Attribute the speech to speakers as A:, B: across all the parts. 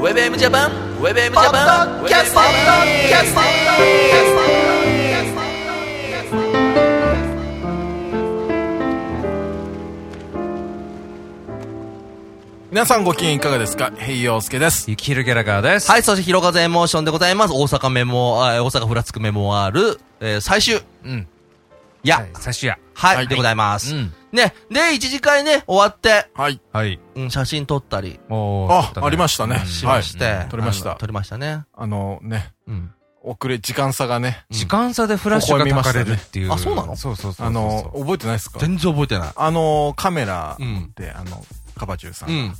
A: ウェブエムジャパンウェブエムジャパン
B: キャスティングキャスティング
C: 皆さんご機嫌いかがですか平洋介です。
D: ゆきひろギャラガーです。
A: はい、そして、ひろかぜエモーションでございます。大阪メモ、あ大阪ふらつくメモある、えー最終。
D: うん。
A: いや、
D: はい。最終や。
A: はい、
C: はい
A: でございます。
D: ん。
A: ね、で、一次会ね、終わって、
C: はい。
D: はい。
A: うん、写真撮ったり
D: お
C: あ、ありましたね。
A: し
C: は
A: ま
C: い。
A: して。
C: 撮りました
A: あの撮りましたね。
C: あのね、
A: うん。
C: 遅れ、時間差がね、
D: 時間差でフラッシュが
C: ここ
D: 焚
C: は
D: か
C: 見ました
D: れ
C: ね
D: るっていう。
A: あそうなの
D: そうそうそうそう。
C: あの、覚えてないですか
A: 全然覚えてない。
C: あの、カメラ
A: うん。
C: で、あの、カバチュウさ。
A: うんん。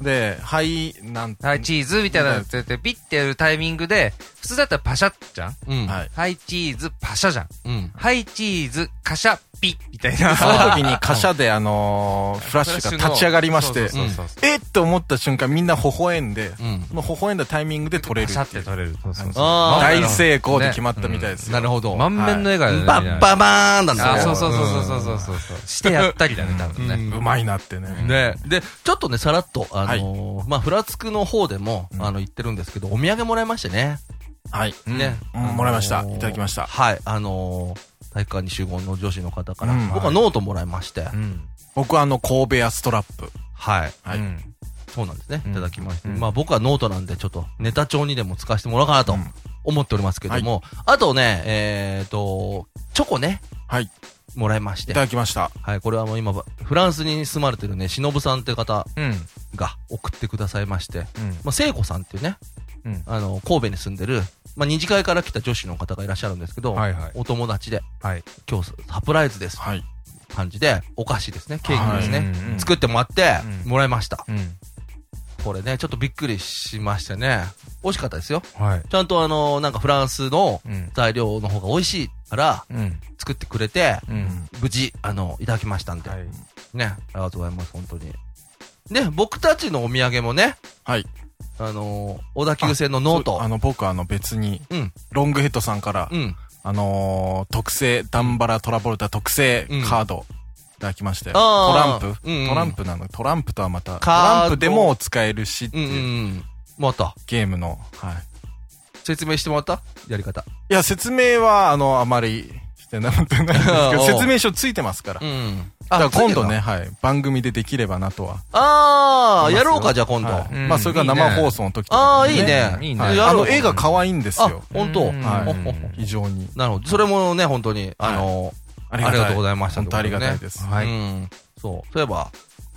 C: で、はい、なん
D: はい、チーズみたいなのつって、ピッてやるタイミングで、普通だったらパシャッじゃん
A: うん。
C: はい。
D: はい、チーズ、パシャじゃん。
A: うん。
D: はい、チーズ、カシャ、ピッみたいな。
C: その時に貨車で、あのー、フラッシュが立ち上がりまして、
D: そうそうそう
C: えっと思った瞬間みんな微笑んで、
A: うん。
C: その微笑んだタイミングで撮れる
D: パ
C: っ
D: シャって
C: い
D: て
C: う。
D: 取れる。そうそうそう
A: あー
C: 大成功で決まったみたいですよ。
A: なるほど。
D: 満面の笑顔
A: バ
D: だね
A: ッ。ババーンなんだ
D: あ、
A: ね
D: そうそうそうそうそうそうそう。してやったりだね、多分ね。
C: うまいなってね。
A: ねで、ちょっとね、さらっと、あのーまあ、ふらつくの方でも、あの、言ってるんですけど、お土産もらいましてね。
C: はい。
A: ね。
C: うん
A: あのー
C: もらいましたいただきました
A: はい。あのー体育館に集合の女子の方から、
C: うん
A: 僕はノートもらいまして、
D: うん。
C: 僕はあの、神戸屋ストラップ。
A: はい。
C: はい。
D: うん
A: そうなんですね。
D: う
A: い
D: ん
A: ただきまして。
D: うん
A: まあ、僕はノートなんで、ちょっと、ネタ帳にでも使わせてもらおうかなと
C: うん
A: 思っておりますけども、あとね、えっ、と、チョコね、
C: はい。
A: もらいまし
C: い
A: て
C: た、だきました。
A: はい。これはもう今、フランスに住まれてるね、忍さんって方
D: うん。
A: が送ってくださいまして、
D: うん。
A: まあ、聖子さんっていうね、
D: うん
A: あの、神戸に住んでる、まあ、二次会から来た女子の方がいらっしゃるんですけど、
D: はいはい
A: お友達で、
D: はい。
A: 今日サプライズです、
C: はい。
A: 感じで、お菓子ですね、ケーキですね、
D: はいうんうん
A: 作ってもらって、
D: うん
A: もらいました。
D: うん。
A: これね、ちょっとびっくりしましたね。美味しかったですよ。
D: はい。
A: ちゃんとあの、なんかフランスの
D: うん。
A: 材料の方が美味しいから、
D: うん。
A: 作ってくれて、
D: うん。
A: 無事、あの、いただきましたんで、
D: い。
A: ね、ありがとうございます、本当に。ね、僕たちのお土産もね、
C: はい。
A: あの、小田急線のノー
C: そう
A: ト
C: あ、の、僕あの、別に、
A: うん、
C: ロングヘッドさんから、
A: うん。
C: あのー、特製、ダンバラトラボルタ特製
A: うん
C: カード、いただきまして、ト
A: あー
C: ランプ、
A: うんうん
C: トランプなの、トランプとはまた、ト
A: カード
C: ランプでも使えるしって
A: うん、う
C: いう、
A: ん。また、
C: ゲームの、はい。
A: 説明してもらったやり方。
C: いや、説明は、あの、あまりしてなくてないんですけ
A: お
C: ど、
A: う
C: 説明書ついてますから。だ
A: ん。
C: から今度ね、。はい、番組でできればなとは。
A: あー、
C: いま
A: や
C: すよ
A: ろうか、じゃあ今度。
C: は
D: う
C: い
D: ん
C: まあ、それから生放送の時と
A: あ
C: か
A: あ、
C: で
A: いいね。
D: いいね
C: はい
D: いい
A: や
C: あ
A: ろう
C: の、絵が可愛いんです
A: あ
C: よ。、
A: 本当。
D: うん
C: はい
A: おお
C: 非常に。
A: なるほど。それもね、本当に、あの、
C: あ
A: ありがとうございました
C: 本当ありがたいです。
A: う
D: はい。
A: ん。そう。そういえば、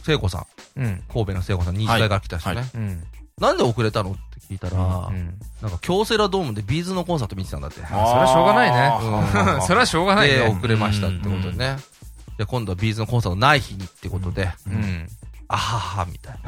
A: 聖子さん、
D: うん。
A: 神戸の聖子さん、二次会から来たし
C: はい
A: ね。
D: うん。
A: なんで遅れたのって聞いたら、
D: うん。
A: なんか京セラドームでビーズのコンサート見てたんだって。
D: それはしょうがない
C: あー
D: ね。それはしょうがない
A: で、
D: ね。
A: 遅れましたってことでね。じゃあ今度はビーズのコンサートない日にってことで、
D: うん。
A: あはは、みたい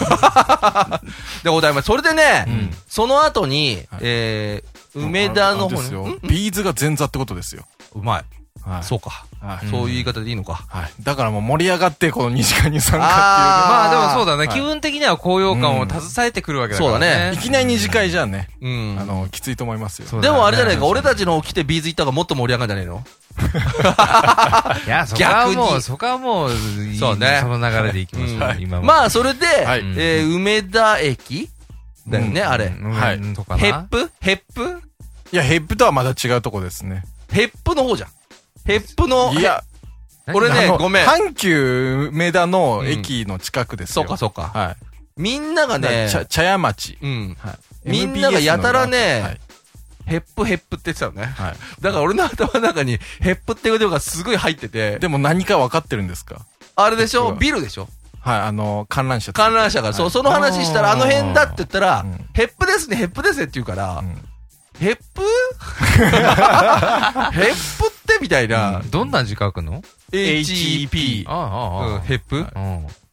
A: な。 でございます。それでね、
C: ん
A: その後に、
C: はい
A: えー、梅田の
C: あれ
A: 方
C: で
A: に、
C: すよ
A: ん。
C: ビーズが前座ってことですよ。
A: うまい。
C: はい。
A: そうか、
C: はい。
D: ん
A: そういう言い方でいいのか。
C: はい。だからもう盛り上がって、この2時間に参加
A: あ
D: まあでもそうだね。
C: はい
D: 気分的には高揚感を携えてくるわけだから。
A: そうだ
C: っ
A: ね
C: ていう。いきなり2次会じゃね、
A: うん。
C: あの、きついと思いますよ。
D: そうだ
A: で
D: ね
A: もあれじゃないか、俺たちの来てビーズ行った方がもっと盛り上がるんじゃないの
D: いや、そこは
A: 逆
D: も
A: に
D: う、そこはもう、いい
A: そうね
D: その流れでいきましょう。
C: はい
D: 今
A: ま
D: あ、
A: あ、それで、
C: はい
A: えー、梅田駅だよね、あれ。
C: は
D: はいい。とか
A: ヘッ
D: な。
A: プヘップ
C: いや、ヘップとはまだ違うとこですね。
A: ヘップの方じゃん。ヘップの、
C: いや、
D: 何
A: 俺ね
C: あ、の
A: ごめん。
C: 阪急梅田の駅の近くです
A: そ
C: よ。
A: うか、そうか。
C: は
A: みんなが
C: い。ね
A: ね、
C: 茶、茶屋町。
A: うん。
C: はい
A: みんながやたらね
C: MBS の裏
A: ヘップヘップって言ってたのね。
C: はい。は
A: だから俺の頭の中に、ヘップって言葉がすごい入ってて
C: い。、でも何か分かってるんですか
A: あれでし
C: ヘッ
A: ょ
C: プは
A: ビルでしょ
C: はい、あの、観覧車。
A: 観覧車から、そう、
C: はい
A: その話したら、あ
D: あー
A: の辺だって言ったら
C: うん、
A: ヘップですね、ヘップですねって言うから
C: う、ん
A: ヘップ ヘップってみたいな、
D: どんな字書くの
A: HEP。
D: ああ、ああ、
A: うん、
D: あ
A: ヘップ
D: あ。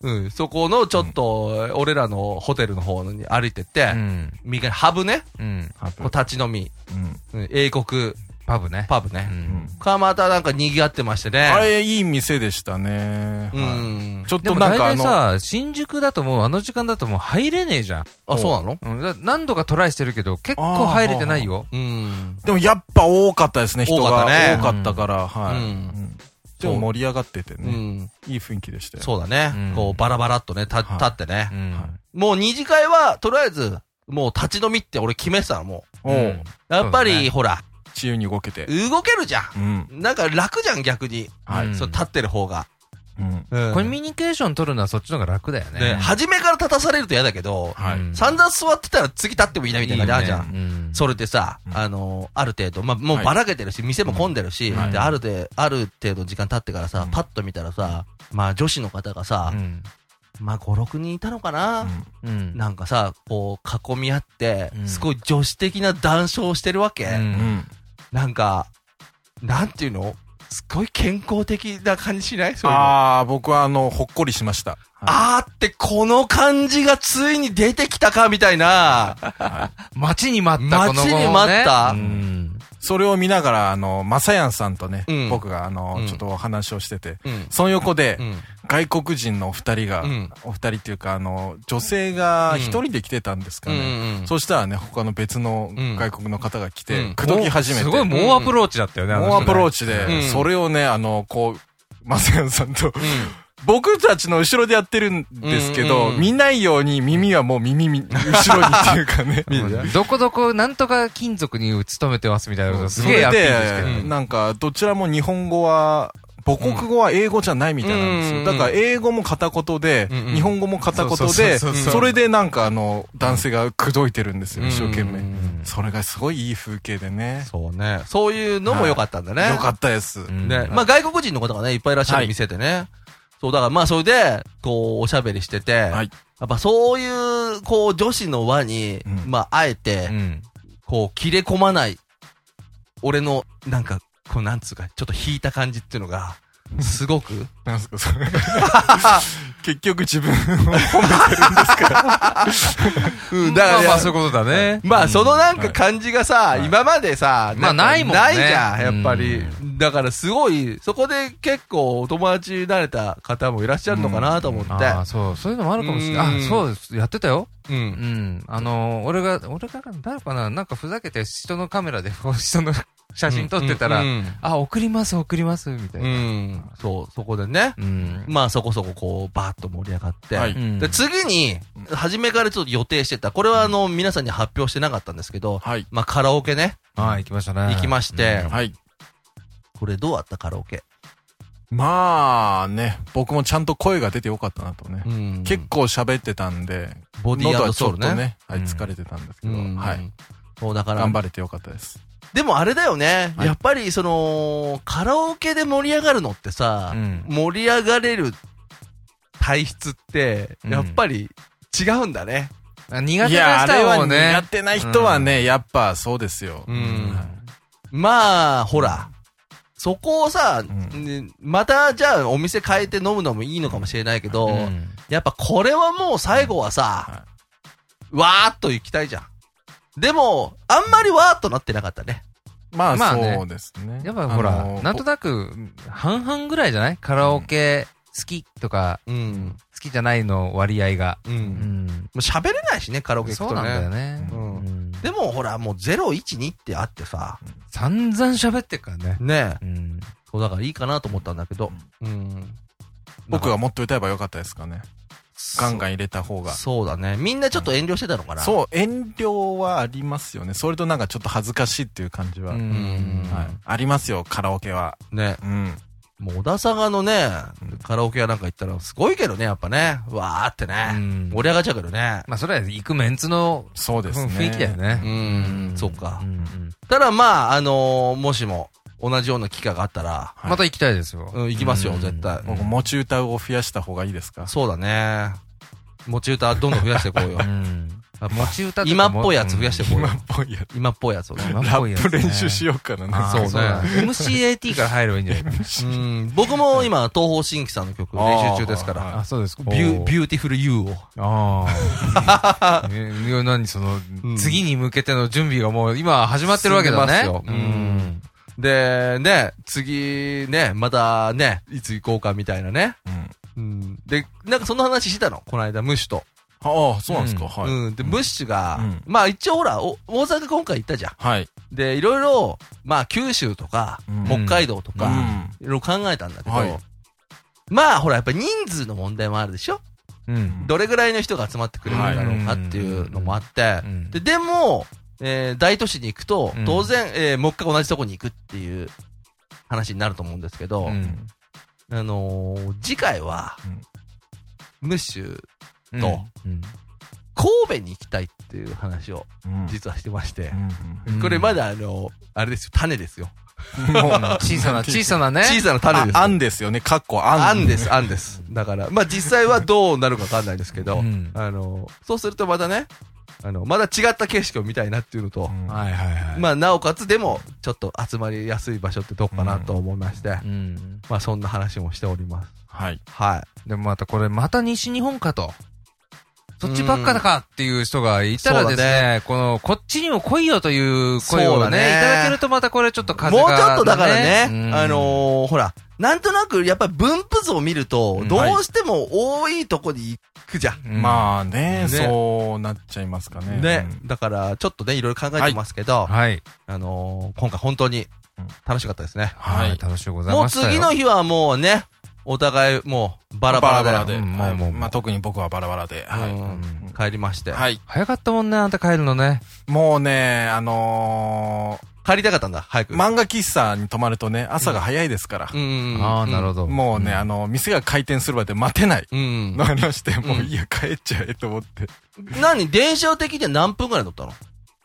D: うん。
A: うん、そこのちょっと、俺らのホテルの方に歩いてって
D: う、ん。
A: 右側にハブね、
D: うん。
C: はい
A: こう立ち飲み、
C: うん
A: うん英国
D: パブね。
A: パブ
D: う
A: ね。
D: ん。
A: 川又なんか賑わってましてね。
C: あれ、いい店でしたね。
A: う
C: は
A: ん
C: い。ちょっ
D: で
C: と
D: も
C: なん
D: 大
C: かあ
D: 体
C: の、
D: さ、新宿だともうあの時間だともう入れねえじゃん。
A: あ、そうなの
D: うんだ何度かトライしてるけど、結構入れてないよ。
A: うん。
C: でもやっぱ多かったですね、人
A: 多か
C: が。
A: ったね
C: 多かったから、はい。
A: うん
C: うんでも盛り上がってて
A: う
C: ね、
A: ん。
C: いい雰囲気でしたよ。
A: そうだね。
D: うん
A: こう、バラバラっとね、た、立
C: はい
A: ってね。
D: うん。
A: もう二次会は、とりあえず、もう立ち飲みって俺決めてたの、も
C: おう
D: うん
A: う。やっぱり、
D: そうだね
A: ほら、
C: 自由に動けて。
A: 動けるじゃん。
C: うん。
A: なんか楽じゃん、逆に。
C: はい。
D: うん
A: そう、立ってる方が。
C: うん。
A: うん
D: コミュニケーション取るのはそっちの方が楽だよね。
A: ね、初めから立たされると嫌だけど、
C: はい。
D: うん
A: 散々座ってたら次立ってもいいなみたいな感じあるじゃん。
D: ん
A: それでさ
C: う、ん
A: あの、ある程度、まあ、もう
C: はい
A: ばらけてるし、店も混んでるし、
C: はい
A: で、あるで、ある程度時間経ってからさ
C: う、ん
A: パッと見たらさ、まあ、女子の方がさ
D: う、ん。
A: まあ、5、6人いたのかな、
D: うん。
A: なんかさ、こう、囲み合って
D: う、ん
A: すごい女子的な談笑をしてるわけ。
C: うん。うん。
A: なんか、なんていうのすごい健康的な感じしないそういうの。
C: ああ、僕はあの、ほっこりしました。
A: あーって、この感じがついに出てきたか、みたいな。
D: 待ちに待った、この
A: 待ち
D: 子もね
A: に待った
D: うん。
C: それを見ながら、あの、まさやんさんとね、
A: うん
C: 僕があの、
A: うん
C: ちょっとお話をしてて、
A: うん。
C: その横で、
A: うん。
C: 外国人のお二人が、
A: うん
C: お二人っていうか、あの、女性が一人で来てたんですか
A: うん
C: ね。
A: うん。
C: そしたらね、他の別の
A: うん
C: 外国の方が来
A: う
C: て
A: ん、
C: 口説き始めて、
D: すごい
C: も
D: 猛アプローチだったよね、あの
C: う
D: 人ね
C: アプローチで、
A: うん
C: それをね、あの、こう、まさやんさんと、
A: うん
C: 僕たちの後ろでやってるんですけ
A: うん
C: ど、
A: うんうん
C: 見ないように耳はもう耳み、後ろにっていうか ね。
D: うんどこどこ、なんとか金属に勤めてますみたいなことすげえアピールして
C: そ
D: る
C: れ
A: ね
C: で、なんか、どちらも日本語は、母国語は英語じゃないみたいなんです
A: う
C: よ。
A: ん
C: だから、英語も片言で
A: うんうん、
C: 日本語も片言で、
A: うそう
C: それでなんか、あの、男性が口説いてるんですよ、一生懸
A: う
C: 命。
A: ん
C: それがすごいいい風景でね。
A: そうね。そういうのも良かったんだね。
C: よかったです。
D: うん
A: ね。まあ外国人の方がね、いっぱいいらっしゃ
C: は
A: る
C: い
A: 店でね。そう、だからまあそれで、こう、おしゃべりしてて、
C: はい
A: やっぱそういう、こう、女子の輪に、
C: うん
A: まあ、あえて、
D: うん
A: こう、切れ込まない、俺の、なんか、こう、なんつうか、ちょっと引いた感じっていうのが、すごく、
C: なんすか、それ。結局自分を褒めてるんですから。
A: うん、だ
D: ま
A: か
D: あ
A: ら、
D: まあそういうことだね。
A: まあ、そのなん
C: は
A: か
C: い
A: 感じがさ、
C: はい
A: 今までさ、
D: まあ
A: んか
D: ないもんね
A: ないじゃん、やっぱり。
D: う
A: だからすごい、そこで結構お友達になれた方もいらっしゃるのかなと思って。
D: ああ、そう、そういうのもあるかもしれな
A: う
D: い。
A: ん
D: あ、そうです、やってたよ。
A: う。
D: うんん。あの、俺が、俺が、誰かな、なんかふざけて人のカメラで、こう人の写真撮ってた
A: う
D: ら、
A: ん
D: あ、送ります、送ります、みたい
A: うん
D: な。
A: うんそう、そこでね。
D: うん。
A: まあそこそここう、バーッと盛り上がって。
C: はい
D: うん
A: で、次に、初めからちょっと予定してた。これはあの、皆さんに発表してなかったんですけど、
C: はい。
A: まあカラオケね。
D: はい、行きましたね。
A: 行きまして
D: うん
C: はい。
A: これどうあったカラオケ。
C: まあね、僕もちゃんと声が出てよかったなとね。
A: うん
C: 結構喋ってたんで、
A: ボディ
C: 喉
A: ー
C: はち
A: ソ
C: ょ
A: ウ
C: っ
A: ル
C: と
A: ね。
C: ね、はい、
D: うん
C: 疲れてたんですけ
A: う
C: ど、
A: ん
C: はい。。
A: そう、だから
C: 頑、張れてよかったです。
A: でもあれだよね。
C: はい
A: やっぱり、その、カラオケで盛り上がるのってさ、
D: うん
A: 盛り上がれる体質って、
D: うん
A: やっぱり違うんだね。
D: あ苦
C: い
D: 手
C: や、
D: な
C: あ
D: 人
C: れ
D: は
C: は
D: もうね
C: 苦。手な人はね、やっぱそうですよ。
A: うん
C: はい
A: まあ、ほら。そこをさ、
C: ん
A: ねまた、じゃあ、お店変えて飲むのもいいのかもしれないけど、
D: うん
A: やっぱこれはもう最後はさ
C: は、
A: わーっと行きたいじゃん。でも、あんまりわーっとなってなかったね。
C: まあ、
D: まあね
C: そうですね。
D: やっぱほ
C: あの
D: ら、
C: ー
D: なんとなく、半々ぐらいじゃないカラオケ好きとか、
A: うん。
D: 好きじゃないの割合が。
A: う。
D: うんん。
A: もう喋れないしね、カラオケ行くと
D: そ
A: ね。
D: うなんだよね。
A: う
D: うんん。
A: でもほら、もう0、1、2ってあってさ、
D: 散々喋ってっからね。
A: ねえ、
D: うん。
A: そうだからいいかなと思ったんだけど、うん。
C: 僕がもっと歌えばよかったですかね。ガンガン入れた方が。
A: そうだね。みんなちょっと遠慮してたのかな。
C: そう、遠慮はありますよね。それとなんかちょっと恥ずかしいっていう感じは。
A: ん
C: はい。ありますよ、カラオケは。
A: う。ね。
C: うん。
A: もう小田坂のね
C: うん、
A: カラオケ屋なんか行ったらすごいけどね、やっぱね。わーって
D: う
A: ね。
D: ん
A: 盛り上がっちゃうけどね。
D: まあ、それは行くメンツの
C: そうですね。
D: 雰囲気だよ
A: う
D: ね。
A: ん、そうか
D: う。ん
A: ただまあ、あのー、もしも、同じような機会があったら、
C: はい
D: また行きたいですよ。
A: うん、行きますよ、
D: うん
A: 絶対。
C: 僕、持ち歌を増やした方がいいですか
A: そうだね。持ち歌どんどん増やしてい こうよ
D: う。ん。
A: やっぱ
D: 持ち歌とかも
A: 今っぽいやつ増やしていこうよ
C: 今。っぽいやつ。
A: 今っぽい やつをね。
D: 今
C: ラ
D: っぽいや
C: ッ
D: つね
C: プ練習しようかな。なんか
D: あ
A: そう
D: ー
A: ね
D: そうだ MCAT から入ればいいんじゃない
A: うん、僕も今、東方神起さんの曲練習中ですか
C: あー
A: ら、
C: はい
D: あ、そうですか。
A: ビュービ
D: ュ
A: ューティフルユーを。
D: あ あ。えいや何その
A: うん、
D: 次に向けての準備がもう今始まってるわけだね。
A: 進んでますようんで、ね、次、ね、またね、いつ行こうかみたいなね。
C: うん
A: うん、で、なんかその話してたの、この間、ムッシュと。
C: ああ、そうなんですか。はい。
A: うん、で、ムッシュが、
C: うん
A: まあ一応ほら、お大阪今回行ったじゃん。
C: はい。
A: で、いろいろ、まあ、九州とか、
C: うん
A: 北海道とか、いろいろ考えたんだけど、
C: はい
A: まあ、ほら、やっぱ人数の問題もあるでしょ
D: うん。
A: どれぐらいの人が集まってくれるんだろうかっていうのもあって
D: う、ん
A: で、でも、えー大都市に行くと
D: うん、
A: 当然、えーもう一回同じとこに行くっていう話になると思うんですけど、
D: うん
A: あのー次回は、ムッシュ、
D: うん
A: と
D: うん
A: 神戸に行きたいっていう話を
C: うん
A: 実はしてまして、
D: うん
A: これまだあの、あれですよ、種ですよ。
D: もう小さな、小さなね。
A: 小さな種
C: あ
A: で、す。
C: あんですよね。かっこあん。
A: 案です、案です。だから、まあ実際はどうなるかわかんないですけど、
D: うん
A: あの、そうするとまたね、あの、まだ違った景色を見たいなっていうのと、
C: うん
D: はいはいはい。
A: まあなおかつでも、ちょっと集まりやすい場所ってどこかなと思いまして、
D: うん。
A: まあそんな話もしております。
C: はい。
A: は
D: でもまたこれ、また西日本かと。そっちばっかだかっていう人がいたらです
A: そう
D: ね、この、こっちにも来いよという声を
A: そうだ
D: ね、
A: ね
D: いただけるとまたこれちょっと
A: い。
D: 風が、
A: もうちょっとだからね、
D: うん
A: あのーほら、なんとなくやっぱり分布図を見ると
D: う、ん
A: どうしても多いとこに行くじゃん。
D: うん
C: まあね
A: ね
C: そうなっちゃいますかね。
A: ね、だから、ちょっとね、いろいろ考えてますけど、
D: はい。
A: あのー今回本当に楽しかったですね。
C: はい
D: はい。楽しゅうござい
A: もう
D: ましたよ。
A: 次の日はもうね、お互いもうバ
C: バ
A: ラ
C: ラ
A: バ
C: バ
A: ラ
C: ラ
A: で
C: バ
D: で
C: で。
D: うん
C: は
D: もう
C: い
D: もう
C: まあ特に僕はバラバラで。は
A: う
C: い。
A: ん
D: うん
A: 帰りまして、
C: はい。
D: 早かったもんね、あんた帰るのね。
C: もうね、あの
A: 帰りたかったんだ、早く。
C: ー、漫画喫茶に泊まるとね、朝が早いですから
A: う。ん。
D: ああ、なるほど。
C: もうね、あの、店が開店するまで待てない。
A: ど。うん
C: の。ありまして、もう
A: うん
C: いいや、帰っちゃえと思って。
A: 何電車的には何分ぐらい乗ったの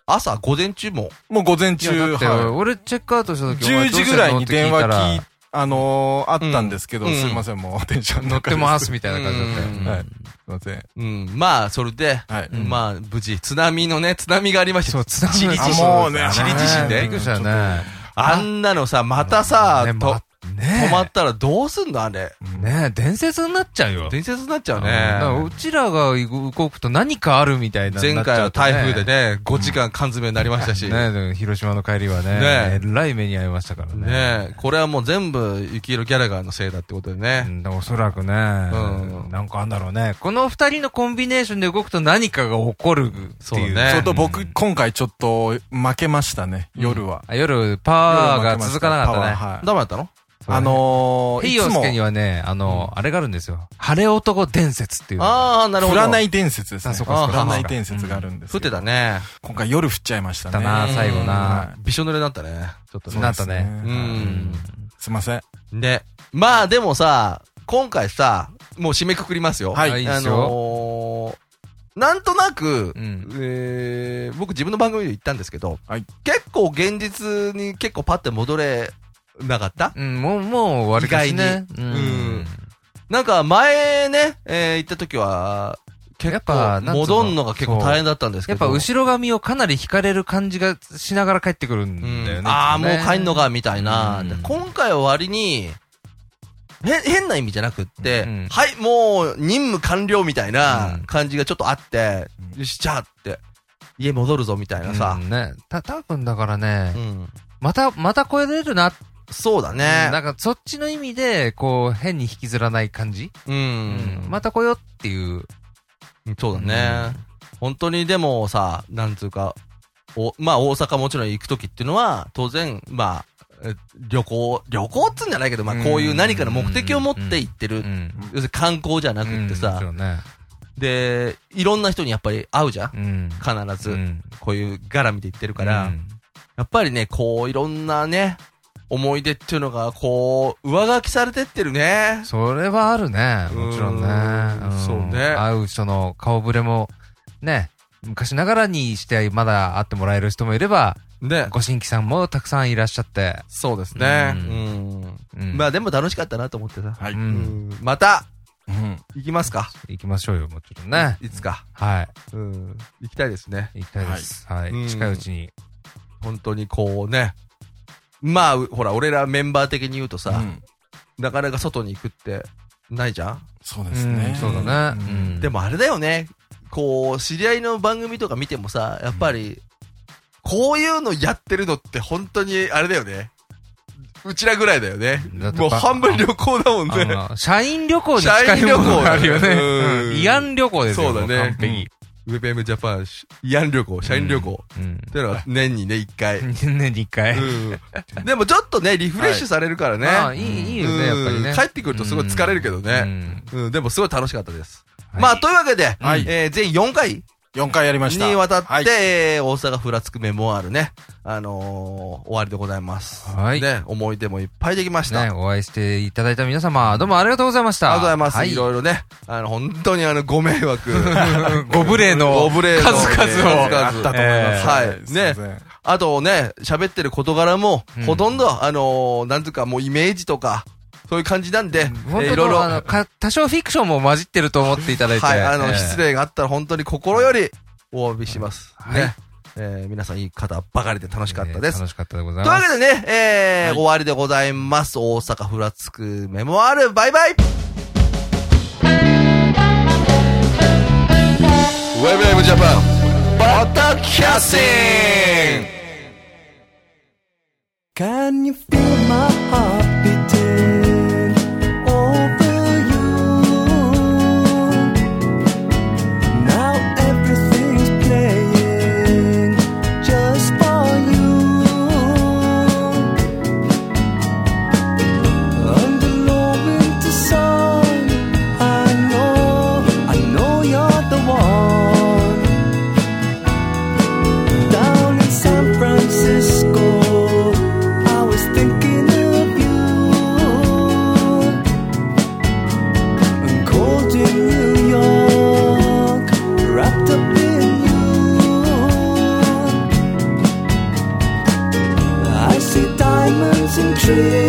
A: 朝、午前中も。
C: もう午前中、
D: いやだって
C: は
D: 俺チェックアウトした
C: い
D: 時
C: 10時ぐらいに電話聞い
D: て。
C: あのー、あったんですけど、
A: うん
C: すいません、もう、電車の
D: 乗っ
C: 中
D: て
C: で
D: ます
C: す。
D: みたいな感じだった
C: は
D: よ。
C: い。すいません。
A: うん。まあ、それで、
C: はい。
D: うん
A: まあ、無事、津波のね、津波がありました。
D: そう、津波
A: チリ地震。
C: あもうね
A: チリ地震
D: ね
A: ね
D: びっくりしたよね。
A: あんなのさ、またさ、
D: ね
A: と
D: ま
A: 止
D: ね
A: まったらどうすんのあれ。
D: ね伝説になっちゃうよ。
A: 伝説になっちゃう
D: だから
A: ね
D: う。ちらが動くと何かあるみたいな。
A: 前回は台風で
D: ね。
A: ね、5時間缶詰になりましたし。
D: ねでも広島の帰りはね、
A: ね
D: えらい目に遭いましたからね。
A: ねえ、これはもう全部、雪色ギャラガーのせいだってことで
D: う
A: ね。
D: んおそらくね、
A: ん
D: なんかあんだろうね。この二人のコンビネーションで動くと何かが起こるって
A: そう
D: いう。
A: ね
C: ちょっと
D: う
C: 僕、
D: ん
C: 今回ちょっと、負けましたね、夜は。
D: あ夜、パワーが続かなかった
C: 夜
D: ね
C: 負けま。たはい。
A: ダメだったの
C: あのー、
D: ヘイ
C: い
D: ヨ
C: つ
D: ンス
C: も、
D: ケにはね、あの、あれがあるんですよ。晴れ男伝説っていうのが。
A: ああ、なるほど。
C: 占
A: い。
C: い伝説ですね。
D: あそう
A: かそうか
C: 占い伝説があるんです
A: 降っ
C: けど。
A: てたね。
C: 今回夜降っちゃいました
D: だ
C: ね。
D: な、
A: うん
D: 最後な。
A: びしょ濡れになったね。ちょっと
C: そう
A: ね。
D: な
C: で
D: った
C: す
D: ね。
A: う。
D: うん
C: すいません。
A: で、まあでもさ、今回さ、もう締めくくりますよ。
C: はい
D: いいで
A: あ
D: すよ。
A: のー、なんとなく、
D: うん。
A: えー僕自分の番組で言ったんですけど
C: はい、
A: 結構現実に結構パッて戻れなかった
D: うん、もう、もう終わりかしね。う
A: うん。なんか前ね、えー行った時は、
D: や
A: 結
D: っ
A: 構、
D: ぱなんつうの
A: 戻んのが結構大変だったんですけ
D: やっ
A: ど。
D: ぱ後ろ髪をかなり引かれる感じがしながら帰ってくるんだよね。
A: うんああ、もう帰んの
D: が。
A: か、みたいな。
D: うん
A: で今回は割に、へ、変な意味じゃなくって、
D: うん
A: はい、もう、任務完了みたいな
D: うん
A: 感じがちょっとあって、
C: うん
A: よし、じゃあって、家戻るぞみたいなさ
D: う。んね。た、多分だから
A: う
D: ね、
A: ん
D: また、また超えれるな。
A: そうだね。
D: なんかそっちの意味で、こう、変に引きずらない感じ
A: うん
D: うんまた来ようっていう。
A: そうだね。本当にでもさ、なんつうか、お、まあ大阪もちろん行くときっていうのは、当然、まあ、え旅行、旅行っつうんじゃないけど、まあこういう何かの目的を持って行ってる。
D: ん。
A: 要するに観光じゃなくって
D: うんもち
A: さ、
D: ろんね。
A: で、いろんな人にやっぱり会うじゃん
D: うん。
A: 必ず、
D: ん。
A: こういう絡みで行ってるから、
D: うん
A: やっぱりね、こういろんなね、思い出っていうのが、こう、上書きされてってるね。
D: それはあるね。もちろんね。
A: うん
D: ん
A: そうね
D: 会う人の顔ぶれも、ね、昔ながらにしてまだ会ってもらえる人もいれば、
A: ね。
D: ご新規さんもたくさんいらっしゃって。
A: そうですね。
D: う
A: うん。
D: うん。
A: まあでも楽しかったなと思ってさ。
C: はいう
A: うんん。また、
C: うん
A: 行きますか
D: 行きましょうよ、もちろんね。
A: いつか。
D: は
A: うん。行きたいですね。
D: い。行きたいです。はい
A: うん。
D: 近いうちに。
A: 本当にこうね。まあ、うほら、俺らメンバー的に言うとさ、
C: うん
A: なかなか外に行くってないじゃん、
C: そうですね
D: ん。そうだね。
C: う
D: うんん
A: で、もあれだよね。こう、知り合いの番組とか見てもさ、やっぱり、こういうのやってるのって本当にあれだよね。うちらぐらいだよね。
D: だってば
A: もう半分旅行だもんね。
D: あの社員旅行に近いものがあるよね
A: 社員旅行だよね。
D: う
A: うんん
D: 慰安旅行ですよ。
A: そうだね
D: も完璧。
A: WebM ジャパン、慰安旅行、社員旅行、
D: うん
A: っ。ていうのは年にね、一回。
D: 年に一回。
A: うんでもちょっとね、リフレッシュされるからね。
D: まあ、いい、いいよね、やっぱり
A: う
D: ね
A: ん。帰ってくるとすごい疲れるけど
D: う
A: ね。
D: ん
A: うん、でもすごい楽しかったです。
D: はい
A: まあ、というわけで、
C: はい
A: えー全4回
C: 4回やりました。
A: にわたって、
C: はい
A: えー大阪ふらつくメモアールね、あのー終わりでございます。
D: はい
A: ね、思い出もいっぱいできました。
D: ね、お会いしていただいた皆様、どうもありがとうございまし
A: あ
D: た。
A: りがとうございます。、
D: はい
A: ろいろね、あの、本当にあの、ご迷 惑。
D: ご無礼の。
A: ご無礼の
D: 数々を
A: 数々
C: あったと思います。
A: えーはい
C: すません
A: あとね、喋ってる事柄も
D: うん、
A: ほとんど、あのーなんとかもうイメージとか、そういう感じなんで、え
D: 本
A: ーい
D: 当
A: ろいろ、
D: あの、か多少フィクションも混じってると思っていただいて。
A: はい、あの、
D: ええ
A: 失。礼があったら本当に心よりお詫びします。
D: はい
A: ね。えー皆さんいい方ばかりで楽しかったです。
D: ええ楽しかったでござい
A: という
D: ま
A: わけ
D: す。
A: でね、えー終わりでございます。大阪ふらつくメモある、バイバイ
C: ウェブライブジャパン、バタキャスティング
E: Can you feel my heart beating over you? Now everything's playing just for you. Under low winter sun, I know, I know you're the one down in San Francisco. I was thinking of you. I'm cold in New York, wrapped up in you. I see diamonds and trees.